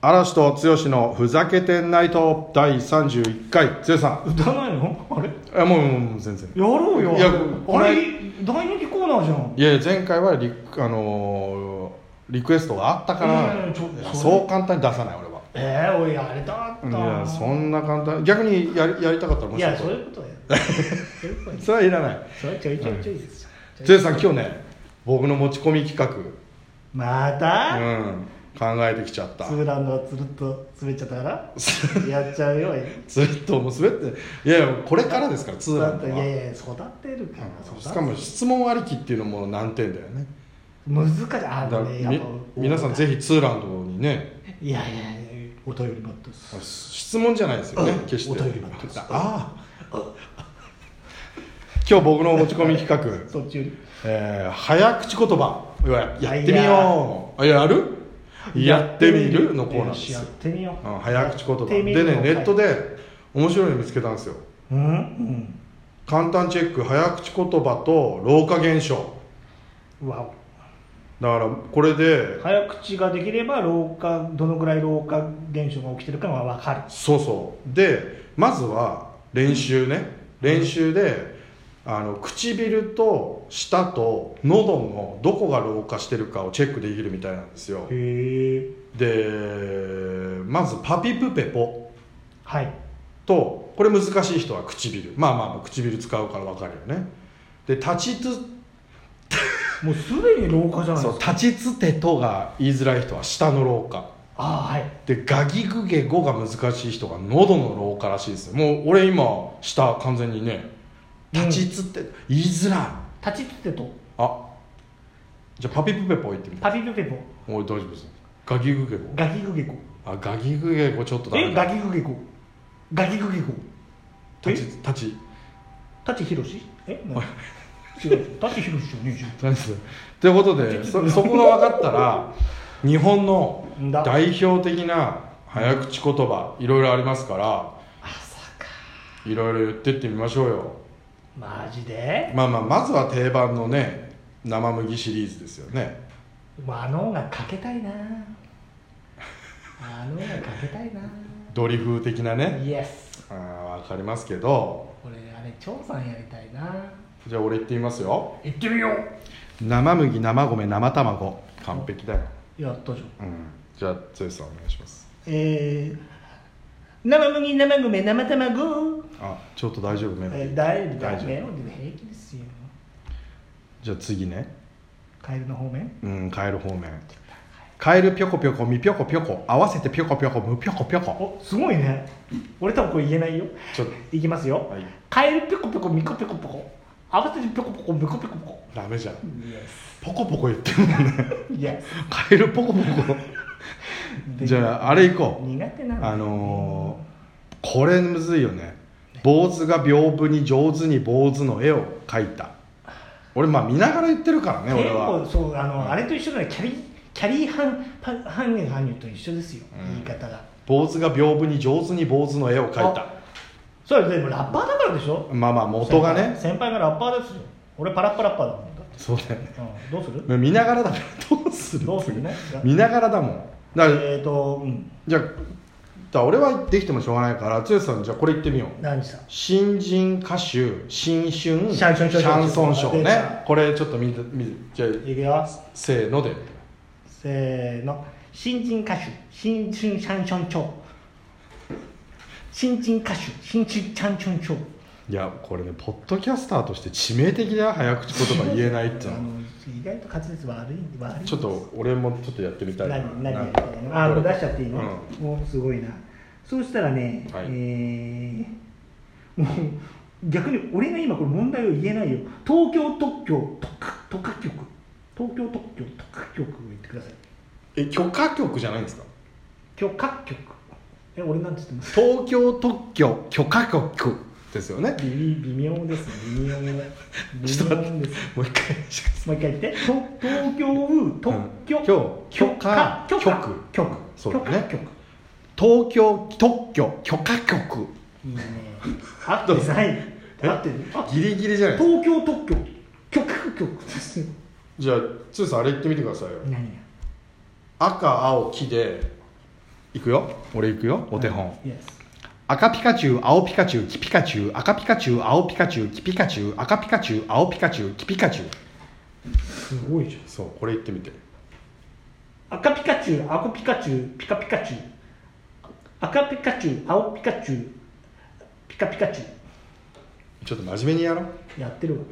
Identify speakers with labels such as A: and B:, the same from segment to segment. A: 嵐と剛のふざけてんないと第31回剛さ
B: 歌わないのあれ
A: んいやもうもうもう全然
B: やろうよ
A: いやこ
B: あ
A: れ
B: れ大人気コーナーじゃん
A: いやいや前回はリ,、あのーリクエストがあったから、
B: いやいやちょ
A: いや
B: それ
A: そう簡単に出さない俺は
B: えー、おいやれたった
A: いやそんな簡単逆にやりやりたかったら面
B: い
A: 白
B: や
A: い
B: そういうことやそういうことや
A: それはいらない
B: それちょいちょいちょいですよちょい
A: 剛さん今日ね僕の持ち込み企画
B: また、
A: うん考えてきちゃった
B: ツーランドはつるっと滑っちゃったからやっちゃうよ
A: ずっともう滑っていやいやこれからですからツーランド
B: い
A: は
B: やいや育てる
A: う
B: から、
A: ん
B: 育て
A: しかも質問ありきっていうのも難点だよね
B: 難しいあ
A: だから
B: のねやっ
A: み
B: ぱ
A: 皆さんぜひツーランドにね
B: いやいやいやお便り待ってます
A: 質問じゃないですよね
B: うん
A: 決して
B: お便り待ってます
A: ああ今日僕の持ち込み企画、
B: そっちより
A: えー早口言葉いわゆるやってみ
B: い
A: ようやるやってみるのコーナーです
B: よしや
A: よ
B: ってみよう
A: うん早口言葉
B: やって
A: で
B: みるの
A: ね
B: か
A: ネ
B: い
A: ットで面白いの見つけたんですよ
B: うんうん
A: 簡単チェック早口言葉と老化現象
B: うわ
A: だからこれで
B: 早口ができれば老化どのぐらい老化現象が起きてるかが分かる
A: そうそうでまずは練習ね練習であの唇と舌と喉のどこが老化してるかをチェックできるみたいなんですよ
B: へえ
A: でまずパピプペポ
B: はい
A: とこれ難しい人は唇まあまあまあ唇使うから分かるよねで立ちつ
B: もうすでに老化じゃないで
A: そう
B: すか
A: 立ちつてとが言いづらい人は舌の老化
B: ああはい
A: でガギグゲゴが難しい人が喉の老化らしいですよもう俺今舌完全にね立ちつって言いづらい、
B: 立ちつてと
A: あじゃあパピプペポ言ってみて
B: パピプペポ
A: おい大丈夫ですガギグゲゴ
B: ガギグゲコ
A: あガギグゲゴちょっとダメ
B: え
A: だ
B: ガギグゲコガギグゲコ
A: 立ち立ち
B: 舘ひろしえ何違う舘ひろしじゃねえじゃん
A: 何ですということでそそこが分かったら日本の
B: んだ
A: 代表的な早口言葉いろいろありますから
B: 朝か
A: いろいろ言ってってみましょうよ
B: マジで、
A: まあまあまずは定番のね生麦シリーズですよね
B: まあ、あの音楽かけたいなあの音楽かけたいな
A: ドリフ的なね
B: イエス
A: あーわかりますけど
B: 俺あれ張さんやりたいな
A: じゃあ俺言ってみますよ
B: 行ってみよう
A: 生麦生米生卵完璧だよ、
B: やったじゃん
A: うん、じゃあ剛さんお願いします
B: えー生麦生米生卵
A: あちょっと大丈夫メロディ
B: え
A: ー
B: ー大丈
A: 大
B: 夫
A: 丈夫
B: メロディーで平気ですよ
A: じゃあ次ね
B: カエルの方面
A: うんカエル方面カエルぴょこぴょこみぴょこぴょこ合わせてぴょこぴょこむぴょこぴょこ
B: おすごいね俺多分これ言えないよ
A: ちょっ
B: いきますよ、
A: とはい
B: カエルピョコピョコミコピョコピョコ合わせてピョコピョコミコピョコピョコ
A: ダメじゃん
B: イエ
A: ポコポコ言ってるもん ね
B: スイエ
A: カエルポコポコ
B: ス
A: じゃああれ行こう
B: 苦手なの
A: あのーこれむずいよね坊主が屏風に上手に坊主の絵を描いた俺まあ見ながら言ってるからね
B: 結
A: 俺
B: 構
A: は
B: そうあの、
A: うん
B: あれと一緒だねキャリキャリーハンパハンハンニュと一緒ですよ、
A: うん
B: 言い方が
A: 坊主が屏風に上手に坊主の絵を描いた
B: それでもラッパーだからでしょ
A: まあまあ元がね
B: 先輩先輩がラッパーですよ俺パラッパラッパーだもんだって、
A: そうだよね
B: うん、どうする
A: 見ながらだからどうする
B: どうするね
A: 見ながらだもんだから
B: えっ、ー、と、うん、
A: じゃあだから俺はできてもしょうがないから剛さんじゃあこれ言ってみよう
B: 何した
A: 新人歌手新春シ
B: シャンシャンシャンシャン
A: ャンソンショー
B: 出
A: ね
B: た
A: これちょっと見て見てじゃあ
B: いくよ
A: せーので
B: せーの新人歌手新春シャンションチョウ新人歌手新春シャンションチョウ
A: いやこれねポッドキャスターとして致命的だよ早口言葉言えないっていう
B: あ
A: の
B: の意外と滑舌悪い悪い
A: ちょっと俺もちょっとやってみたい
B: 何
A: な
B: 何や
A: ん
B: り
A: か
B: たいのあ
A: ど
B: も
A: れ
B: う出しちゃっていいの、
A: う
B: もうすごいなそうしたらね、
A: はい
B: えーもう逆に俺が今これ問題を言えないよ東京特許特特許局東京特許特許局を言ってください
A: え許可局じゃないんですか
B: 許可局え俺なんて言ってます
A: 東京特許許可局ですよね
B: 微微妙ですね微妙微妙です
A: ちょっと待ってもう一回
B: もう一回言ってと東京特許、
A: うん許許可
B: 許可局局
A: そうだね
B: 許可局
A: 東京特許許可局
B: いいね。合って ない。合ってる。あ
A: ギリギリじゃないですか
B: 東京特許。局局です。
A: じゃあ剛さんあれ言ってみてくださいよ
B: 何が。
A: 赤青木でいくよ俺いくよお手本、
B: はい Yes
A: 赤ピカチュウ青ピカチュウキピカチュウ赤ピカチュウ青ピカチュウキピカチュウ赤ピカチュウ青ピカチュウキピカチュウ
B: すごいじ
A: そうこれ言ってみて
B: ゃん赤ピカチュウ青ピカチュウピカピカチュウ赤ピカチュウ青ピカチュウピカピカチュ
A: ちょっと真面目にやろう
B: ウやってるわ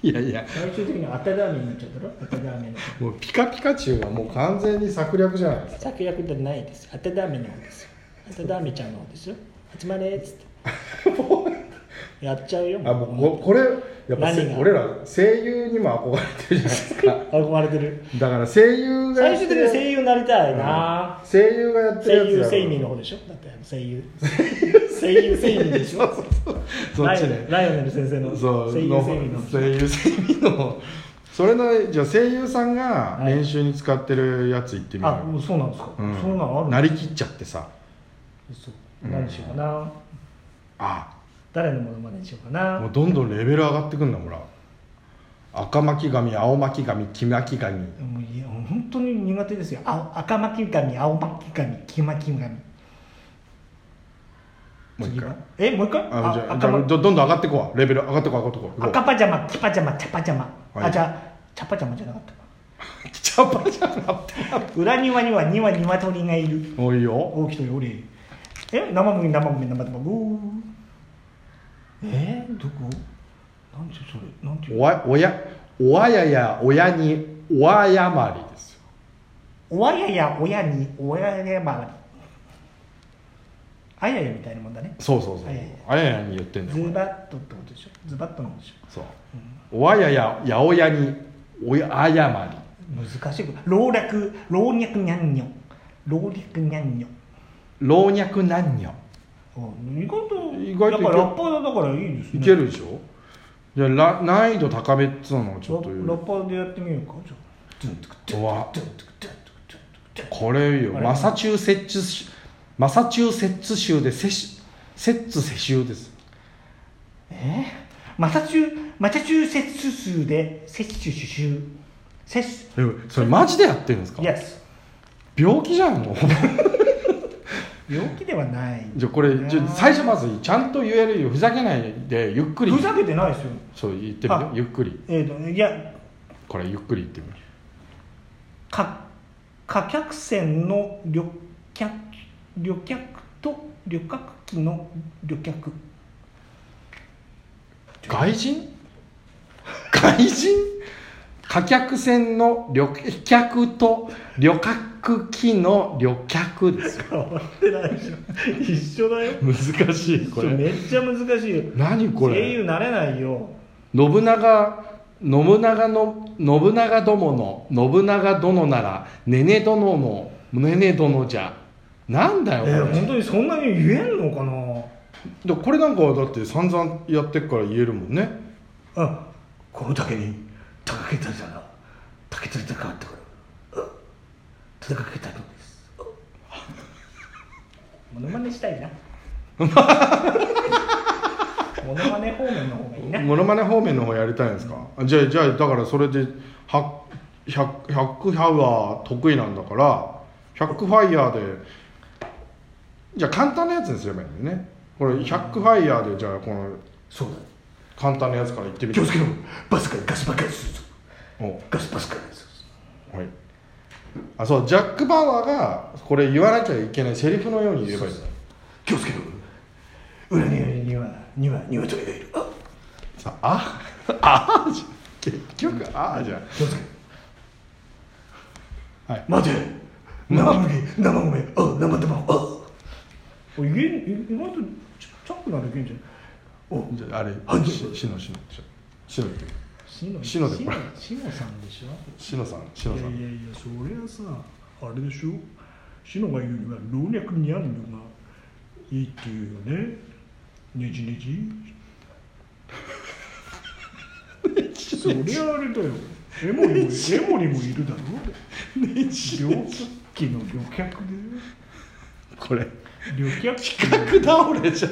A: いやいや
B: 最終的に当てラーメンになっちゃったろ当てラーメンの
A: もうピカピカチュウはもう完全に策略じゃないですか
B: 策略じゃないです当てラーメンの方ですよ当てラーメンちゃんの方ですよ集まれっつって やっちゃうよ
A: あもうここれやっぱせ
B: 何が
A: 俺ら声優にも憧れてるじゃないですか
B: 憧れてる
A: だから声優がや
B: 最
A: って
B: 終的に声優になりたいな、
A: 声優がやって
B: 声
A: る
B: 優
A: やつ
B: 声
A: や
B: 優
A: ろ
B: の方でしょだって声優声優声優でしょ
A: そ
B: ラ
A: っ
B: イ
A: ち
B: オ
A: ね
B: ライオネル先生の
A: そう
B: 声優
A: の
B: 声優の
A: 声優声優のそれのじゃあ声優さんが
B: はい
A: 練習に使ってるやつ言ってみよう
B: あもうそうなんですか、
A: うん
B: そんなのある
A: なりきっちゃってさ
B: そう
A: うん
B: 何しようかな、
A: あ
B: 誰のものまねしようかな
A: もうどんどんレベル上がってくんだほら赤巻紙青巻紙黄巻紙
B: もういや本当に苦手ですよあ赤巻き髪青巻き髪黄巻き髪
A: もう一
B: 次は
A: 回
B: えもう一回
A: あじゃあじ
B: 赤
A: ゃあ
B: 巻
A: どどんどん上がってこわレベル上がってこう上がってこう
B: 赤パジャマ黄パジャマ茶パジャマ、
A: は
B: あ
A: い
B: じゃあ茶パジャマじゃなかったか
A: 茶番じゃなって
B: 裏庭には2羽鶏がいる
A: もういいよ
B: 大きとよりえ生麦生麦生麦えー、どこなんてそれなんて
A: おわおやおわややおやにおわやまりですよ
B: おあやや親におややまりあややみたいなもんだね
A: そうそうそう
B: はいはい
A: あややに言ってんだ
B: ズ
A: よこれ
B: バッとってことでしょズバッとなんでしょ
A: そうおわやややおやにおやあやまり
B: 難しいこと老若老若にゃんにょ老若にゃんにょ
A: 老若男女
B: あ意外と
A: 意外といけ
B: やっぱラッパーだからいいですね
A: いけるでしょじゃあら難易度高めっつうのをち
B: ラ
A: ょっと言
B: ラッ
A: う
B: パーでやってみようかじゃあトゥントゥクトゥン
A: うわ
B: トゥントゥクトゥントゥクトゥントゥクトゥン
A: これいいよ
B: あれ
A: マサチューセッツ州マサチューセッツ州でセシセッツ世襲です
B: えー、マサチュマサチューセッツ州で摂取収集摂
A: えそれマジでやってるんですか
B: 取 Yes
A: 病気じゃん もう
B: 病気ではない
A: じゃあこれじゃあ最初まずちゃんと言えるよふざけないでゆっくり
B: ふざけてないですよ
A: そう言ってみて
B: あ
A: ゆっくり
B: えー、とねいや
A: これゆっくり言ってみる
B: か貨客船の旅客旅客と旅客機の旅客
A: 外人外人貨客船の旅客と旅客機の旅客ですよ
B: 変わってないでしょ一緒だよ
A: 難しい
B: 一
A: こ
B: 緒
A: れ
B: めっちゃ難しいよ
A: 何こ
B: 声
A: れ
B: 優なれないよ
A: 信長信長の信長どもの信長殿ならねね殿のねね殿じゃなんだ
B: え
A: よこれ,、
B: ー、本当にそんなに言えんのかな
A: だこれなんかはだって散々やってっから言えるもんね
B: あこの竹に高けたじゃな竹取りたかったからあ戦けたのですあモノマネしたいなモノマネ方面の方がいいな
A: モノマネ方面の方やりたいんですか、じゃあじゃあだからそれでは100 100ハウは得意なんだから100ファイヤーでじゃあ簡単なやつにすればいいんだよねこれ100ファイヤーでじゃあこの
B: そう
A: 簡単なやつからいってみ
B: だ
A: て
B: 気をつけろバスからガスばっかりするぞ
A: お
B: ガスバスからするぞ
A: はいあそうジャック・バウアーがこれ言わなきゃいけないセリフのように言えばいいんだ
B: 気をつけろ裏にはにはにはには鳥がいるあ
A: さあああじゃ結局ああじゃ
B: 気をつけろ
A: はい
B: 待て生麦生米あ生卵あこれ意外意外とチャチャックならいけんじゃんお
A: じゃああれ
B: はい
A: ししのしのしのしのって
B: シノ
A: シノで
B: シ
A: これ
B: シノさんでしょ
A: しのさんしの
B: い
A: さ
B: や
A: ん
B: いやいやそれはさあれでしょシノが言うには老若にゃんのがいいっていうよねねじねじそりゃあれだよエモリもエモリもいるだろ ねじ旅客機の旅客だよ
A: これ
B: 旅客機の
A: 企画倒れじゃん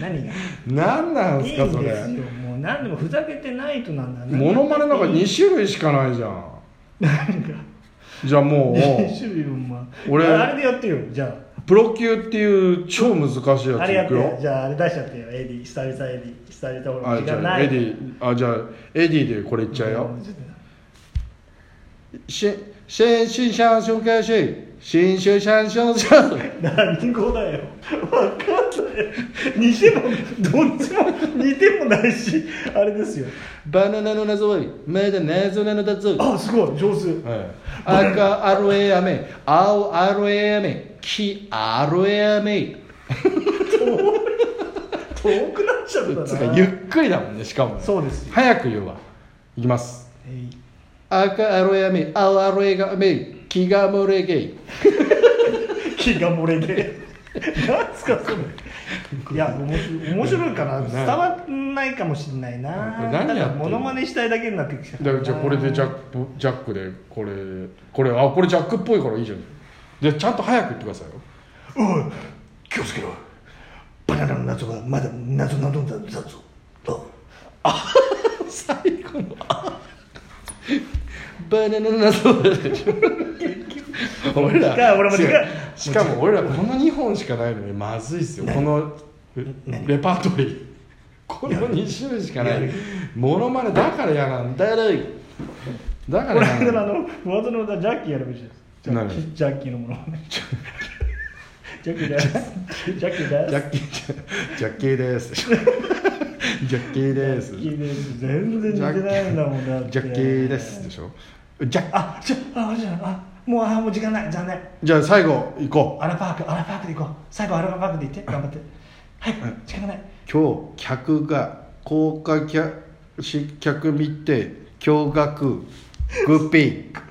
B: 何が
A: 何なん
B: い
A: す
B: い
A: か
B: ん
A: そ
B: で
A: れ
B: すよもう何でもふざけてないとなんだ
A: モノマネなんか
B: に
A: 2種類しかないじゃん
B: 何が
A: じゃあも
B: 練
A: う
B: 習日分ま
A: 俺
B: ああれでやってよじゃ
A: プロ級っていう超難しいやつ
B: ああれや
A: い
B: っ
A: く
B: てよ
A: よ
B: じゃああれ出しちゃってよエディ久々エディ久々俺も
A: あ
B: 時
A: じ
B: 間
A: ゃあ
B: ない
A: エディあじゃあエディでこれいっちゃうよ、
B: うんちょっと
A: 新新新車紹介し新新車紹介
B: 何語だよ分かんない似てもどっちも似てもないしあれですよ
A: バナナの謎はまだ謎なのだぞ
B: あすごい上手
A: 赤アロエアメ青アロエアメ黄アロエアメ
B: 遠くなっちゃ った
A: つう
B: な
A: かゆっくりだもんねしかもね
B: そうですよ
A: 早く言うわいきます
B: え
A: 赤アロエアメ青アロエアメ黄が漏れゲ
B: い 気が漏れで何すかそれいや面白い面白いかな
A: ね
B: 伝わんないかもしれないな
A: これ何やってんの
B: ただモノマネしたいだけになってきちゃ
A: だからじゃあこれでジャックジャックでこれこれあこれジャックっぽいからいいじゃんじゃあちゃんと早く言ってくださいよ
B: おい気をつけろバナナの謎はまだ謎なのだだぞあ
A: 最後の バナナの謎だでしょ俺
B: 時間俺も時間
A: 違うしかも俺らこの2本しかないのにまずいっすよこの
B: 何
A: レパートリーこの2種類しかない
B: やる
A: モノマネだから嫌なんだよだか
B: これ
A: ら嫌
B: あ
A: なんだ
B: のフォワードの歌ジャッキーやるべしいですジャッキー
A: 何
B: ジャッキーのものまねジャッキーですジャッキーです
A: ジャッキージャッキーですジャッキーです
B: ジャッキーです全然似てないんだもんだって
A: ジャッキーですでしょジャッ
B: あじゃああじゃああもうあもう時間ない残念
A: じゃあ最後行こう
B: アラパークアラパークで行こう最後アラパークで行って頑張ってはい時間がない
A: 今日客が高価客客見て驚愕グッピー